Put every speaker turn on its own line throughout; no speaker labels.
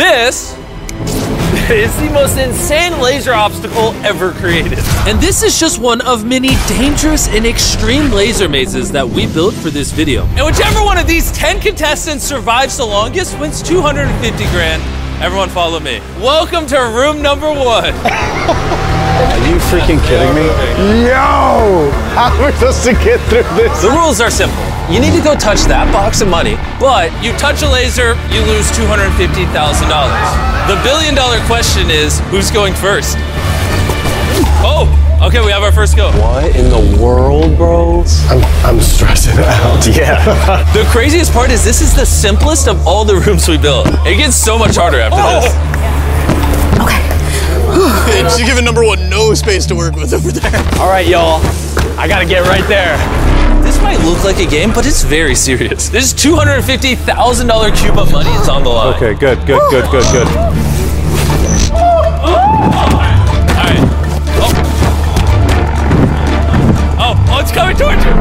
This is the most insane laser obstacle ever created.
And this is just one of many dangerous and extreme laser mazes that we built for this video.
And whichever one of these 10 contestants survives the longest wins 250 grand. Everyone follow me. Welcome to room number one.
Are you freaking kidding me? Yo! How am I supposed to get through this?
The rules are simple.
You need to go touch that box of money.
But you touch a laser, you lose $250,000. The billion dollar question is who's going first? Oh, okay, we have our first go.
What in the world, bros?
I'm, I'm stressing out. Yeah.
The craziest part is this is the simplest of all the rooms we built. It gets so much harder after
Oh!
this.
She's giving number one no space to work with over there.
All right, y'all. I gotta get right there.
This might look like a game, but it's very serious. This $250,000 cube of money is on the line.
Okay, good, good, good, good, good.
All right. Oh. oh, oh, it's coming towards you.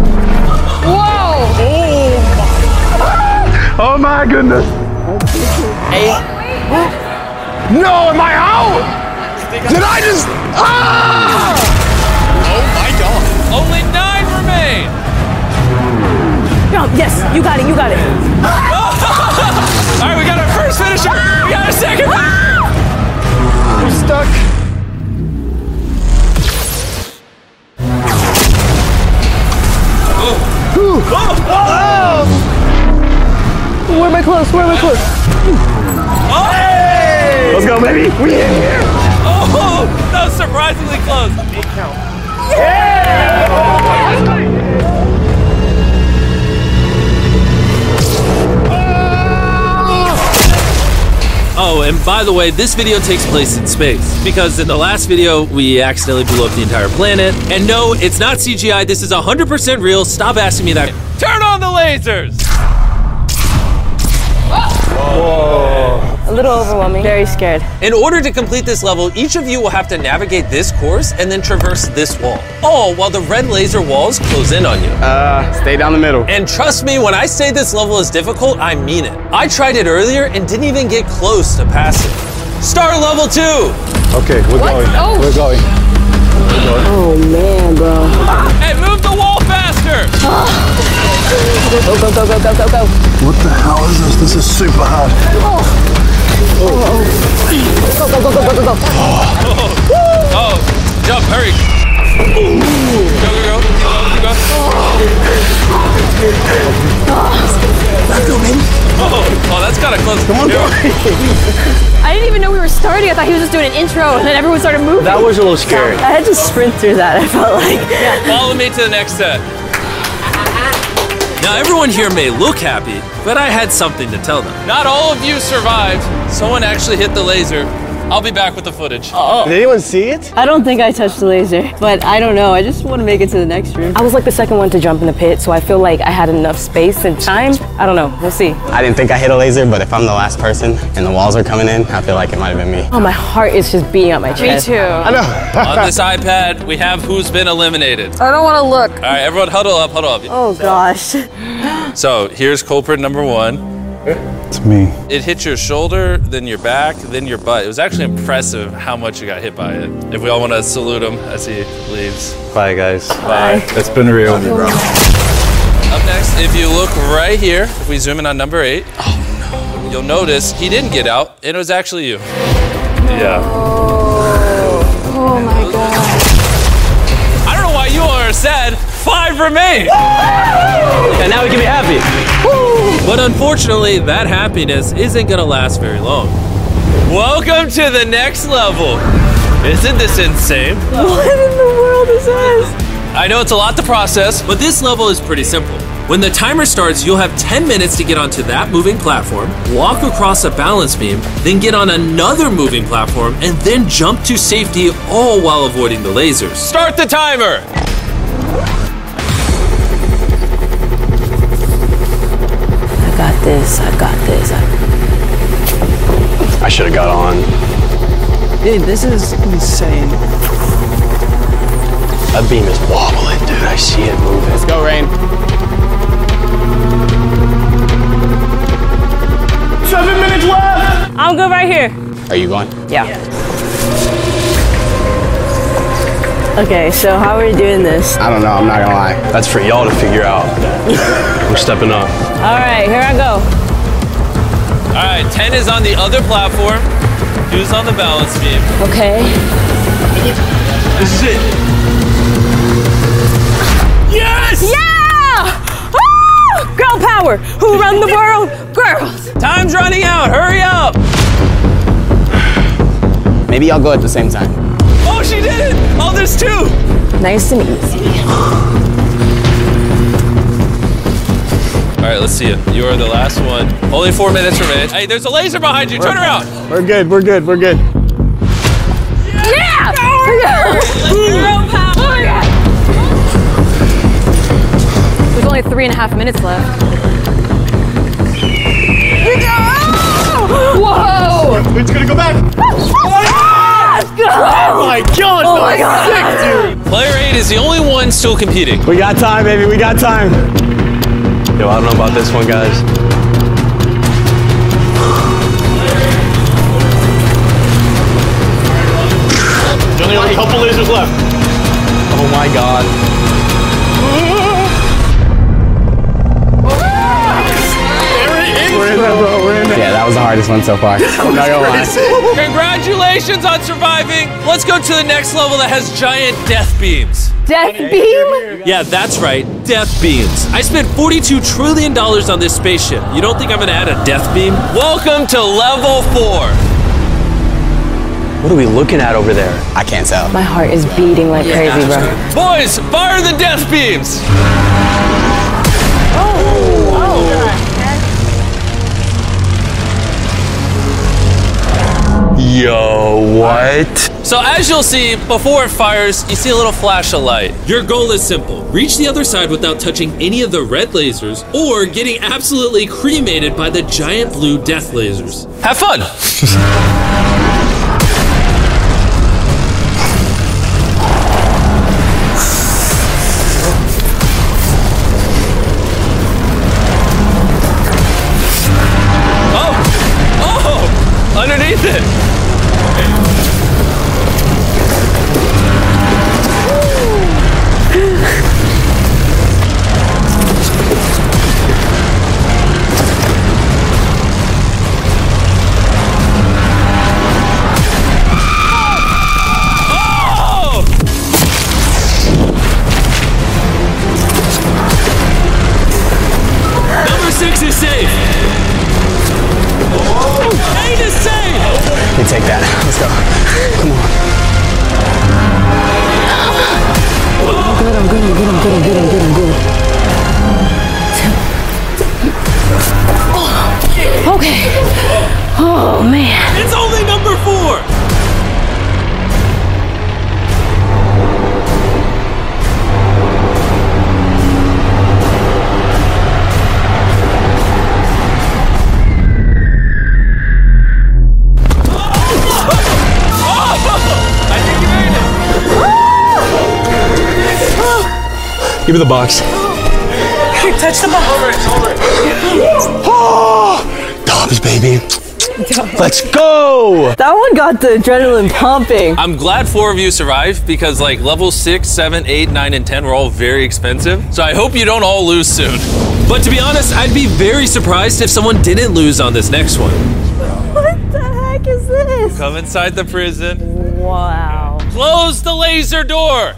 Oh my goodness. No, am I out? Did I just. Ah!
Oh my god.
Only nine remain.
No, yes, you got it, you got it.
All right, we got our first finisher. We got our second finisher.
Ah! I'm stuck. Whew. Oh! Where am I close? Where am I close?
Oh, hey!
Let's go, baby. We in here.
oh that was surprisingly close.
Oh, and by the way, this video takes place in space because in the last video we accidentally blew up the entire planet. And no, it's not CGI. This is 100% real. Stop asking me that.
Turn on the lasers.
A little overwhelming. Very scared.
In order to complete this level, each of you will have to navigate this course and then traverse this wall, all while the red laser walls close in on you.
Uh, stay down the middle.
And trust me, when I say this level is difficult, I mean it. I tried it earlier and didn't even get close to passing. Star level two!
Okay, we're going. We're going.
Oh man, bro.
And move the wall faster!
Go, go, go, go, go, go, go.
What the hell is this? This is super hard.
Go, go, go, go, go, go, go.
Oh, jump, hurry. Go, go, go. Go, go, go. Oh, oh, that's kind of close. Come on,
I didn't even know we were starting. I thought he was just doing an intro, and then everyone started moving.
That was a little scary.
I had to sprint through that, I felt like.
Follow me to the next set.
Now, everyone here may look happy, but I had something to tell them.
Not all of you survived. Someone actually hit the laser. I'll be back with the footage.
Oh.
Did anyone see it?
I don't think I touched the laser, but I don't know. I just want to make it to the next room. I was like the second one to jump in the pit, so I feel like I had enough space and time. I don't know. We'll see.
I didn't think I hit a laser, but if I'm the last person and the walls are coming in, I feel like it might have been me.
Um,
Oh, my heart is just beating out my
Me
chest.
too. I
On this iPad, we have who's been eliminated. All
don't want to look.
right, everyone, huddle up, huddle up.
Oh gosh.
Oh.
So here's culprit number one.
It's me.
It hit your shoulder, then your back, then your butt. It was actually impressive how much you got hit by it. If we all want to salute him as he leaves.
Bye, guys.
Bye.
It's been real.
Up next, if you look right here, if we zoom in on number eight, oh no, you'll notice he didn't get out, and it was actually you.
Yeah.
I don't know why you all are sad. Five remain.
And now we can be happy.
But unfortunately, that happiness isn't gonna last very long.
Welcome to the next level. Isn't this insane?
What in the world is this?
I know it's a lot to process,
But this level is pretty simple. When the timer starts, you'll have 10 minutes to get onto that moving platform, walk across a balance beam, then get on another moving platform, and then jump to safety, all while avoiding the lasers.
Start the timer.
I got this. I got this. I-
I should have got on.
Dude, this is insane.
That beam is wobbling, dude. I see it moving.
Let's go, Rain.
Seven minutes left. I'm good right here.
Are you going?
Yeah. Okay, so how are we doing this?
I don't know, I'm not gonna lie. That's for y'all to figure out. We're stepping up.
All right, here I go.
All right, 10 is on the other platform. Who's on the balance beam?
Okay.
This is it.
Yes! Yeah! Woo! Girl power! Who run the world? Girls!
Time's running out. Hurry up.
Maybe I'll go at the same time.
Oh, she did it. Oh, there's two.
Nice and easy.
All right, let's see you. You are the last one. Only four minutes remain. Hey, there's a laser behind you. Turn around.
We're good. We're good. We're good.
Yeah! Girl power!
There's only three and a half minutes left. Whoa!
It's gonna go back. Oh my god! Oh my god!
Player eight is the only one still competing.
We got time, baby. We got time.
Yo, I don't know about this one, guys.
There's only a couple lasers left.
Oh my god.
We're in there, bro. We're in there.
Yeah, that was the hardest one so far. I'm not gonna lie.
Congratulations on surviving. Let's go to the next level that has giant death beams.
Death beam?
Yeah, that's right. Death beams. I spent $42 trillion on this spaceship. You don't think I'm going to add a death beam?
Welcome to level four.
What are we looking at over there?
I can't tell.
My heart is beating like crazy, bro.
Boys, fire the death beams.
Yo, what?
So as you'll see, before it fires, you see a little flash of light.
Your goal is simple reach the other side without touching any of the red lasers or getting absolutely cremated by the giant blue death lasers.
Have fun. Oh! Oh! Underneath it!
Number six is safe. Eight is safe.
You take that. Let's go.
Oh, man.
It's only number four.
I think you made it!
Give me the box.
Dobbs, baby.
Let's go.
That one got the adrenaline pumping.
I'm glad four of you survived because like level six, seven, eight, nine, and ten were all very expensive. So I hope you don't all lose soon.
But to be honest, I'd be very surprised if someone didn't lose on this next one.
What the heck is this?
Come inside the prison.
Wow.
Close the laser door.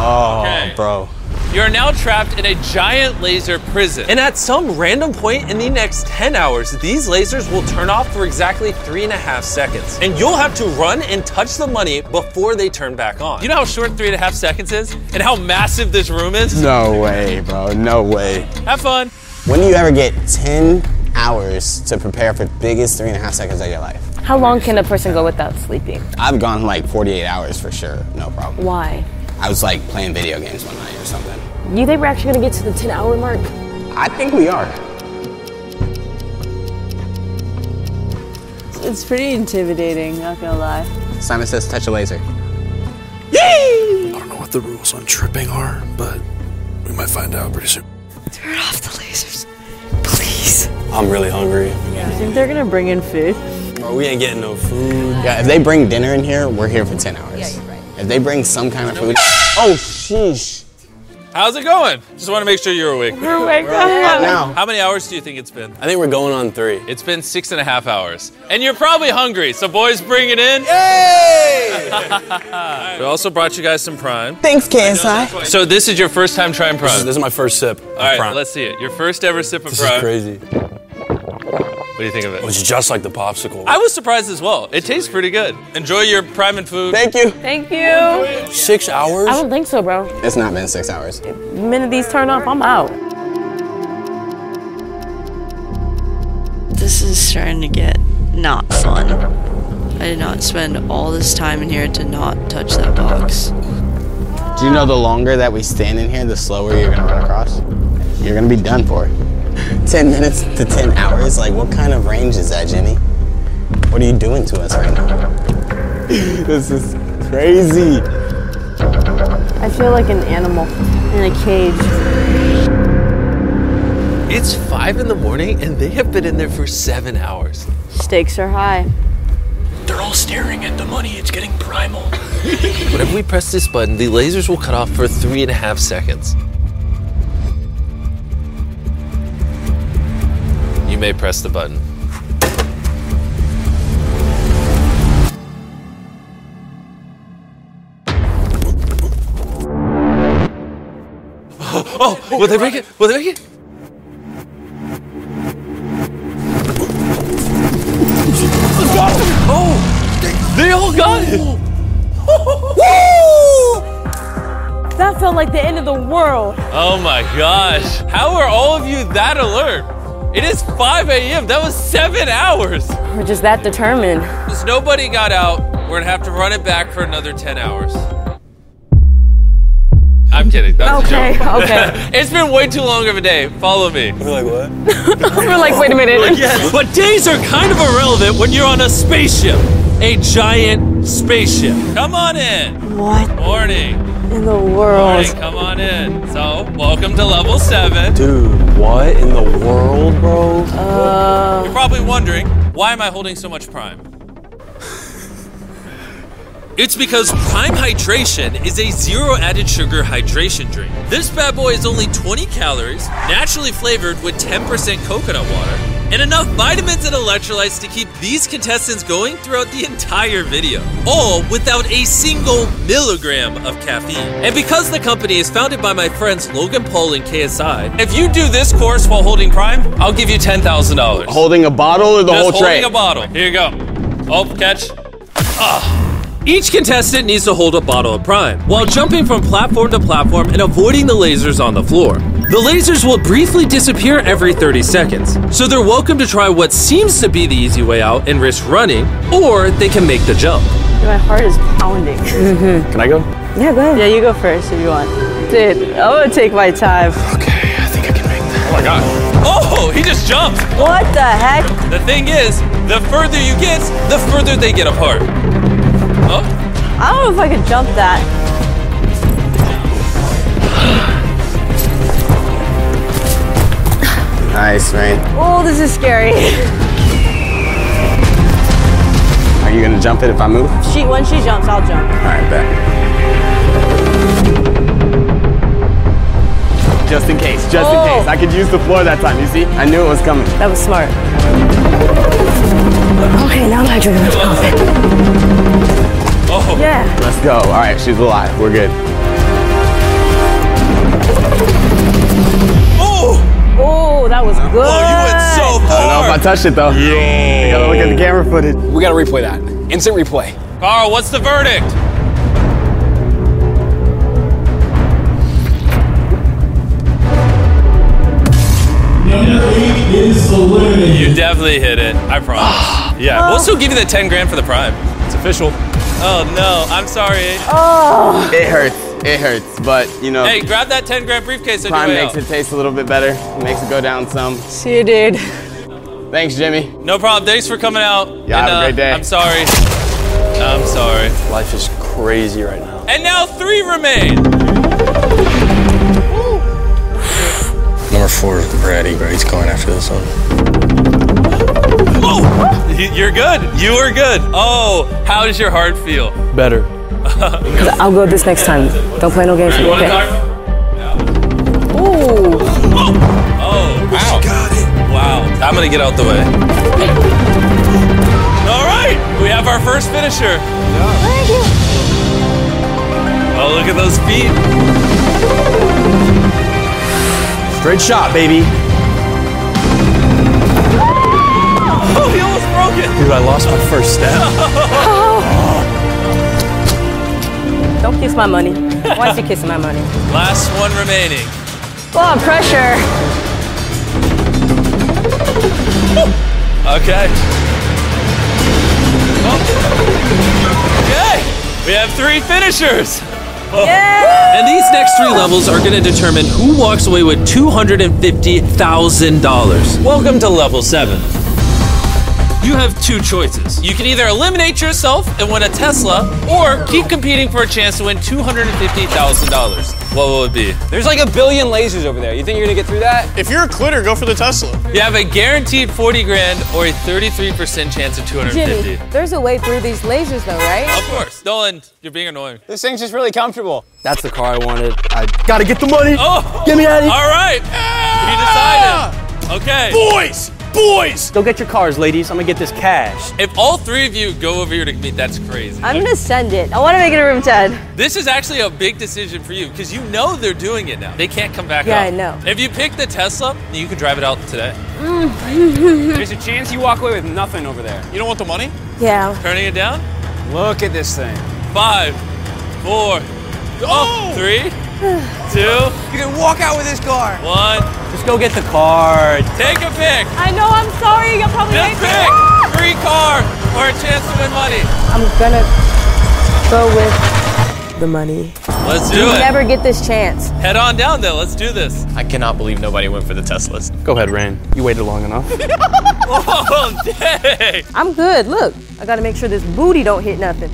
Oh,
Okay.
bro.
You are now trapped in a giant laser prison. And at some random point in the next 10 hours, these lasers will turn off for exactly three and a half seconds. And you'll have to run and touch the money before they turn back on. You know how short three and a half seconds is? And how massive this room is?
No way, bro. No way.
Have fun.
When do you ever get 10 hours to prepare for biggest three and a half seconds of your life?
How long can a person go without sleeping?
I've gone like 48 hours for sure. No problem.
Why?
I was like playing video games one night or something.
You think we're actually gonna get to the 10 hour mark?
I think we are.
It's pretty intimidating, not gonna lie.
Simon says touch a laser.
I don't know what the rules on tripping are, but we might find out pretty soon.
Turn off the lasers. Please.
I'm really hungry.
You think they're gonna bring in food?
Bro, we ain't getting no food.
Yeah, Uh, if they bring dinner in here, we're here for 10 hours. Yeah, you're right. If they bring some kind of food. Oh, sheesh.
How's it going? Just want to make sure you're awake.
We're waking up.
Now,
How many hours do you think it's been?
I think we're going on three.
It's been six and a half hours. And you're probably hungry, so boys, bring it in. We also brought you guys some Prime.
Thanks, KSI.
So this is your first time trying Prime.
This is, this is my first sip. All
All right, let's see it. Your first ever sip of
This
Prime.
is crazy.
What do you think of it?
It's just like the popsicle.
I was surprised as well. It tastes pretty good. Enjoy your Prime and food.
thank you.
Thank you.
Six hours?
I don't think so, bro.
It's not been six hours.
The minute these turn off, I'm out.
This is starting to get not fun. I did not spend all this time in here to not touch that box.
Do you know the longer that we stand in here, the slower you're gonna run across? You're gonna be done for. 10 minutes to 10 hours? Like, what kind of range is that, Jenny? What are you doing to us right now? this is crazy.
I feel like an animal in a cage.
It's five in the morning and they have been in there for seven hours.
Stakes are high.
They're all staring at the money. It's getting primal.
Whenever we press this button, the lasers will cut off for three and a half seconds. You may press the button. Oh, will they make it? Will they make it? Oh, they all got it.
That felt like the end of the world.
Oh my gosh. How are all of you that alert? It is 5 a.m. That was seven hours.
We're just that determined.
Since nobody got out, we're gonna have to run it back for another 10 hours. I'm kidding. That was a
Okay,
joke.
okay.
It's been way too long of a day. Follow me.
We're like, what?
We're like, wait a minute.
But days are kind of irrelevant when you're on a spaceship. A giant spaceship.
Come on in.
What
Morning.
in the
Morning.
world?
Come on in. So, welcome to level seven.
Dude, what in the world, bro?
You're probably wondering why am I holding so much prime?
It's because Prime Hydration is a zero added sugar hydration drink.
This bad boy is only 20 calories, naturally flavored with 10% coconut water, and enough vitamins and electrolytes to keep these contestants going throughout the entire video, all without a single milligram of caffeine. And because the company is founded by my friends Logan Paul and KSI, if you do this course while holding Prime, I'll give you $10,000.
Holding a bottle or the
Just
whole
holding
tray?
a bottle. Here you go. Oh, catch.
Each contestant needs to hold a bottle of Prime while jumping from platform to platform and avoiding the lasers on the floor. The lasers will briefly disappear every 30 seconds, so they're welcome to try what seems to be the easy way out and risk running, or they can make the jump.
Oh
My heart is pounding.
Can I go?
Yeah, go ahead.
Yeah, you go first if you want. Dude, I'm gonna take my time.
Okay, I think I can make that.
Oh my god. Oh, he just jumped.
What the heck?
The thing is, the further you get, the further they get apart. Oh.
I don't know if I could jump that.
Nice, man.
Oh, this is scary.
Are you gonna jump it if I move? All
She when she jumps, I'll jump.
right, bet. Just in case, just
Oh.
in case. I could use the floor that time, you see? I knew it was coming.
That was smart.
Okay, now I'm hydrated. Let's go.
Yeah.
Let's go. All right, she's alive. We're good.
Oh, that was good.
Oh, you went so
I
far.
don't know if I touched it though. I gotta look at the camera footage.
We gotta replay that. Instant replay.
Carl, what's the verdict? You definitely hit it. I promise. yeah. We'll still give you the 10 grand for the prime. It's official. Oh no, I'm sorry.
It hurts. It hurts, but you know,
Hey, grab that 10 grand briefcase on
prime
your way
makes
out.
it taste a little bit better. Makes it go down some.
See you, dude.
Thanks, Jimmy.
No problem. Thanks for coming out.
Yeah, have
And,
a
uh,
great day.
I'm sorry. I'm sorry.
Life is crazy right now.
And now three remain.
Number four is Brady, bro. He's going after this one.
Whoa! You- You're good. You are good. Oh, how does your heart feel?
Better.
I'll go this next time. Don't play no games with me. Okay. Ooh.
Oh, wow. Wow. I'm going to get out the way. All right. We have our first finisher.
Thank you.
Oh, look at those feet.
Straight shot, baby.
Oh, he almost broke it.
Dude, I lost my first step.
Don't kiss my money. Why is he kissing my money?
Last one remaining.
Well, pressure.
Okay. Oh. Okay. We have three finishers.
And these next three levels are going to determine who walks away with $250,000.
Welcome to level seven.
You have two choices.
You can either eliminate yourself and win a Tesla, or keep competing for a chance to win $250,000. What will it be?
There's like a billion lasers over there. You think you're gonna get through that? If you're a quitter, go for the Tesla.
You have a guaranteed 40 grand or a 33% chance of 250.
Jimmy, there's a way through these lasers though, right?
Of course. Nolan, you're being annoying.
This thing's just really comfortable.
That's the car I wanted. I gotta get the money.
Oh!
Get me out of here.
All right. He decided. Okay.
Boys! Boys! Go get your cars, ladies. I'm gonna get this cash.
If all three of you go over here to meet, that's crazy.
I'm gonna send it. I wanna make it a room 10.
This is actually a big decision for you because you know they're doing it now. They can't come back
Yeah,
up.
I know.
If you pick the Tesla, you can drive it out today.
There's a chance you walk away with nothing over there. You don't want the money?
yeah.
Turning it down?
Look at this thing.
Five, four, oh, three, two,
You can walk out with this car.
one.
Just go get the car.
Take a pick.
I know, I'm sorry. You'll probably
Just
hate me.
pick. Free car or a chance to win money.
I'm gonna go with the money.
Let's do
you
it.
never get this chance.
Head on down though. Let's do this.
I cannot believe nobody went for the Teslas.
Go ahead, Rain. You waited long enough.
Oh, dang.
I'm good. Look, I gotta make sure this booty don't hit nothing.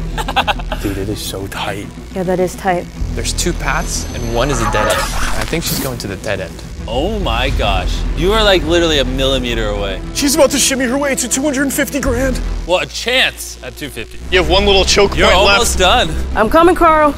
Dude, it is so tight.
Yeah, that is tight.
There's two paths, and one is a dead end. I think she's going to the dead end.
Oh my gosh. You are like literally a millimeter away.
She's about to shimmy her way to 250 grand.
Well, a chance at 250.
You have one little choke
You're
point
almost
left.
done.
I'm coming, Carl.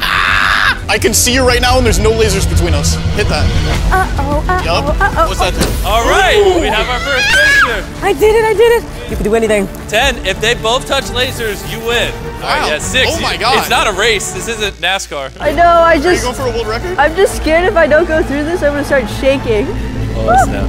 I can see you right now, and there's no lasers between us. Hit that.
Uh-oh, uh-oh, uh-oh.
What's that?
All right, we have our first picture.
I did it, I did it. You can do anything.
Ten. If they both touch lasers, you win. All right,
Wow.
yeah, six.
Oh my
You-
God.
It's not a race. This isn't NASCAR.
I know, I
Are you
just,
going for a world record?
I'm just scared if I don't go through this, I'm gonna start shaking.
Oh snap.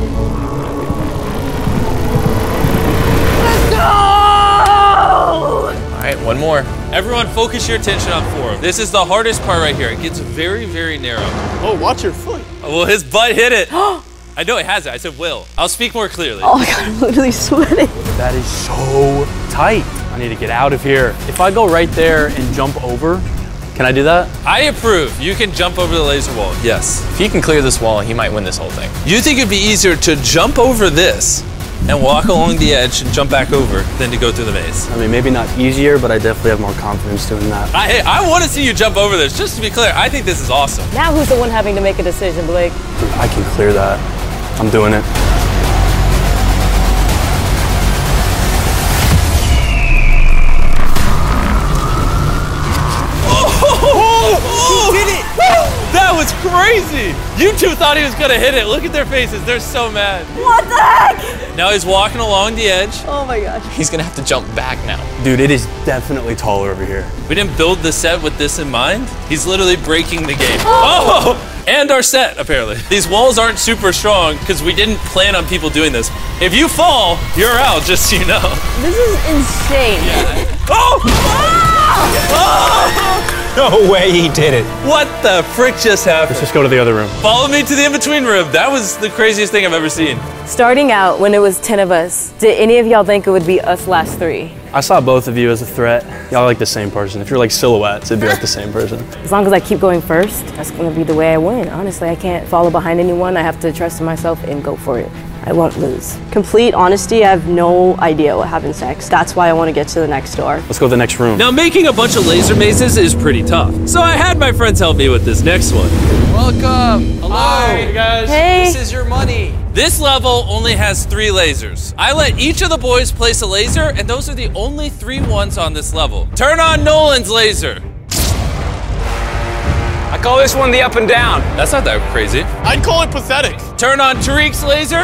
No!
All right, one more.
Everyone, focus your attention on four. This is the hardest part right here. It gets very, very narrow.
Oh, watch your foot.
Well, his butt hit it. I know it has it. I said will. I'll speak more clearly.
Oh my god, I'm literally sweating.
That is so tight. I need to get out of here. If I go right there and jump over, can I do that?
I approve. You can jump over the laser wall. Yes.
If he can clear this wall, he might win this whole thing.
You think it'd be easier to jump over this and walk along the edge and jump back over than to go through the maze?
I mean, maybe not easier, but I definitely have more confidence doing that.
I, hey, I want to see you jump over this. Just to be clear, I think this is awesome.
Now who's the one having to make a decision, Blake?
Dude, I can clear that. I'm doing it.
Oh, he did it! That was crazy. You two thought he was gonna hit it. Look at their faces. They're so mad.
What the heck?
Now he's walking along the edge.
Oh my gosh.
He's gonna have to jump back now.
Dude, it is definitely taller over here.
We didn't build the set with this in mind. He's literally breaking the game. Oh! And our set, apparently. These walls aren't super strong because we didn't plan on people doing this. If you fall, you're out, just so you know.
This is insane.
Oh! Oh!
No way he did it.
What the frick just happened?
Just go to the other room.
Follow me to the in between room. That was the craziest thing I've ever seen.
Starting out when it was 10 of us, did any of y'all think it would be us last three?
I saw both of you as a threat. Y'all are like the same person. If you're like silhouettes, it'd be like the same person.
As long as I keep going first, that's gonna be the way I win. Honestly, I can't follow behind anyone. I have to trust in myself and go for it. I won't lose.
Complete honesty, I have no idea what happens next. That's why I want to get to the next door.
Let's go to the next room.
Now, making a bunch of laser mazes is pretty tough. So I had my friends help me with this next one.
Welcome. Hello. Hi, guys.
Hey.
This is your money.
This level only has three lasers. I let each of the boys place a laser, and those are the only three ones on this level. Turn on Nolan's laser. I call this one the up and down. That's not that crazy. I'd call it pathetic. Turn on Tariq's laser.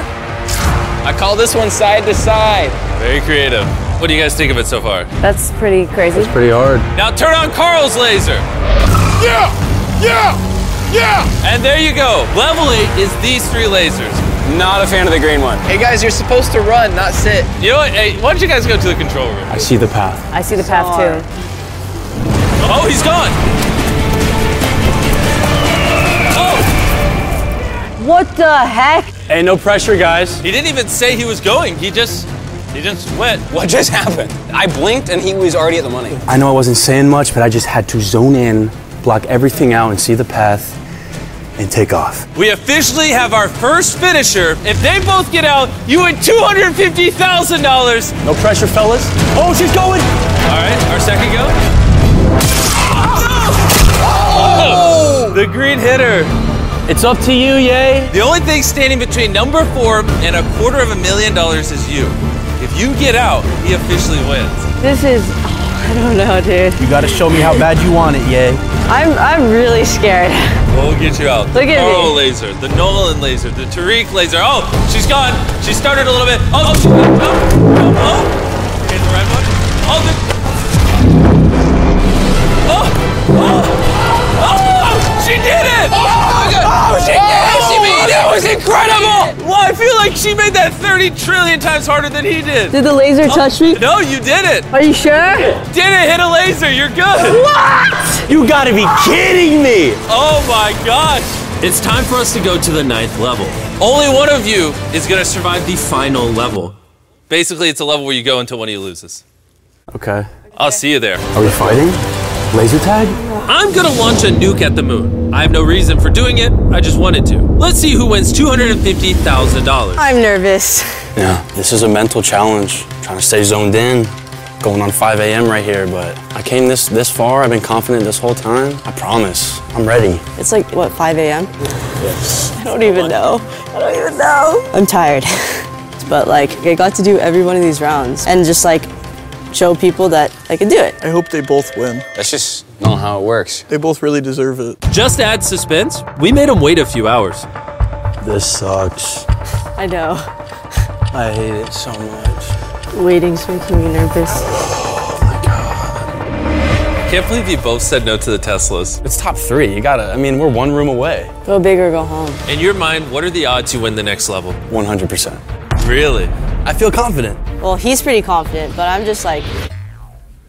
I call this one side to side. Very creative. What do you guys think of it so far?
That's pretty crazy.
pretty hard. Now turn on Carl's laser.
Yeah! Yeah! Yeah!
And there you go. Level 8 is these three lasers. Not a fan of the green one.
Hey guys, you're supposed to run, not sit.
You know what? Hey, why don't you guys go to the control room?
I see the path.
I see the path too.
Oh, he's gone. Oh,
What the heck?
Hey, no pressure, guys.
He didn't even say he was going. He just, he just went.
What just happened? I blinked and he was already at the money.
I know I wasn't saying much, but I just had to zone in, block everything out, and see the path, and take off.
We officially have our first finisher. If they both get out, you win two hundred fifty thousand dollars.
No pressure, fellas. Oh, she's going.
All right, our second go. Oh, The green hitter.
It's up to you, yay.
The only thing standing between number four and a quarter of a million dollars is you. If you get out, he officially wins.
This is. oh, I don't know, dude.
You gotta show me how bad you want it, yay.
I'm I'm really scared.
We'll get you out. The
Look at
Carl
me.
laser, the Nolan laser, the Tariq laser. Oh, she's gone. She started a little bit. Oh, oh, she, oh, oh, oh. Okay, the red one. Oh, the. Oh, oh, oh, she did it! Oh, my God. oh she did it! She made it! That was incredible! Well, I feel like she made that 30 trillion times harder than he did.
Did the laser touch me?
No, you did it.
Are you sure?
Did it hit a laser? You're good.
What? You gotta be kidding me.
Oh my gosh.
It's time for us to go to the ninth level.
Only one of you is going to
Survive the final level.
Basically, it's a level where you go until one of you loses.
Okay.
I'll see you there.
Are we fighting? Laser tag?
I'm gonna launch a nuke at the moon. I have no reason for doing it, I just wanted to. Let's see who wins $250,000.
I'm nervous.
Yeah, this is a mental challenge. Trying to stay zoned in. Going on 5 a.m. right here, but I came this this far. I've been confident this whole time. I promise. I'm ready.
It's like, what, 5 a.m.? I don't even know. I don't even know. I'm tired. but like, I got to do every one of these rounds and just like show people that I can do it.
I hope they both win.
That's just not how it works.
They both really deserve it.
Just to add suspense, we made him wait a few hours.
This sucks.
I know.
I hate it so much.
Waiting's making me nervous.
I can't believe you both said no to the Teslas.
It's top three. You gotta, I mean, we're one room away.
Go big or go home.
In your mind, what are the odds you win the next level?
100%.
Really?
I feel confident.
Well, he's pretty confident, but I'm just like,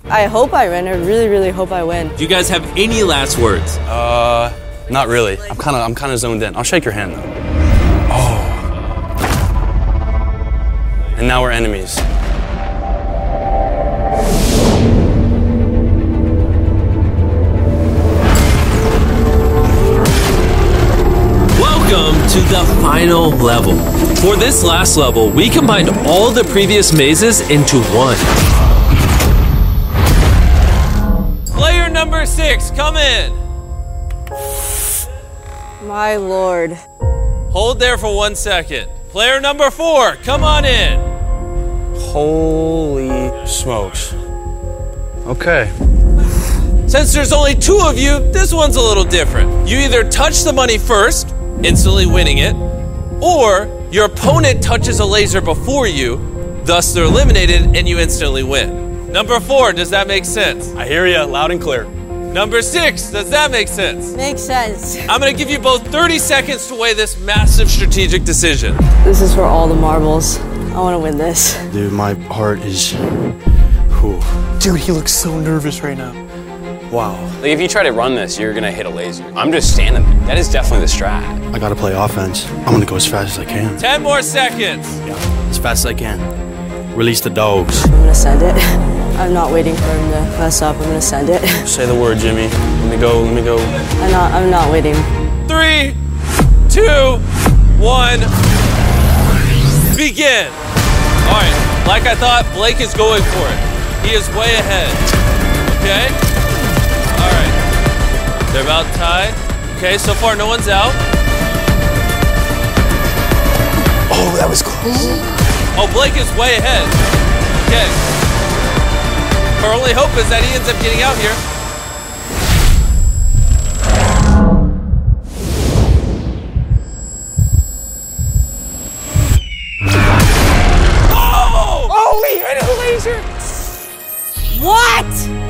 I hope I win. I really, really hope I win.
Do you guys have any last words?
Uh, not really. I'm kind of, I'm kind of zoned in. I'll shake your hand though. Oh. And now we're enemies.
Welcome to the final level. For this last level, we combined all the previous mazes into one.
Player number six, come in.
My lord.
Hold there for one second. Player number four, come on in.
Holy smokes. Okay.
Since there's only two of you, this one's a little different. You either touch the money first, instantly winning it, or your opponent touches a laser before you, thus they're eliminated and you instantly win. Number four, does that make sense? I hear you loud and clear. Number six, does that make sense?
Makes sense.
I'm gonna give you both 30 seconds to weigh this massive strategic decision.
This is for all the marbles. I want to win this.
Dude, my heart is. Dude, he looks so nervous right now. Wow.
Like if you try to run this, you're gonna hit a laser. I'm just standing there. That is definitely the strat.
I gotta play offense. I'm gonna go as fast as I can.
10 more seconds.
As fast as I can. Release the dogs.
I'm gonna send it. I'm not waiting for him to mess up. I'm gonna send it.
Say the word, Jimmy. Let me go. Let me go.
I'm not. I'm not waiting.
Three, two, one, begin. All right, like I thought, Blake is going for it. He is way ahead. Okay? All right. They're about tied. Okay, so far no one's out.
Oh, that was close.
Oh, Blake is way ahead. Okay. Our only hope is that he ends up getting out here.
Oh! Oh, he hit a laser!
What?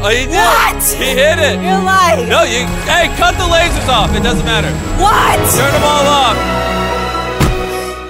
Oh, he did. it.
What?
He hit it.
You're lying.
No, you. Hey, cut the lasers off. It doesn't matter.
What?
Turn them all off.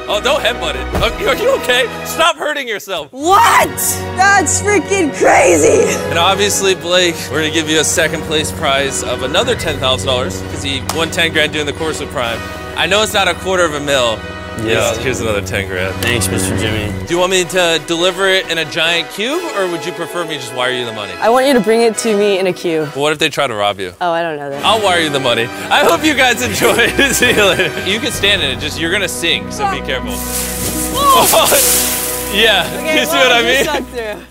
Oh, don't headbutt it. Okay, Are you okay? Stop hurting yourself.
What? That's freaking crazy.
And obviously, Blake, we're gonna give you a second place prize of another ten thousand dollars because he won ten grand during the course of Prime. I know it's not a quarter of a mil.
Yeah.
Here's- Here's another ten grand.
Thanks, Mr. Jimmy.
Do you want me to deliver it in a giant cube, or would you prefer me just wire you the money?
I want you to bring it to me in a queue.
What if they try to rob you?
Oh, I don't know that.
I'll wire you the money. I hope you guys enjoy. See you later. You can stand in it. Just you're gonna sink, so be careful. yeah. you see what I mean?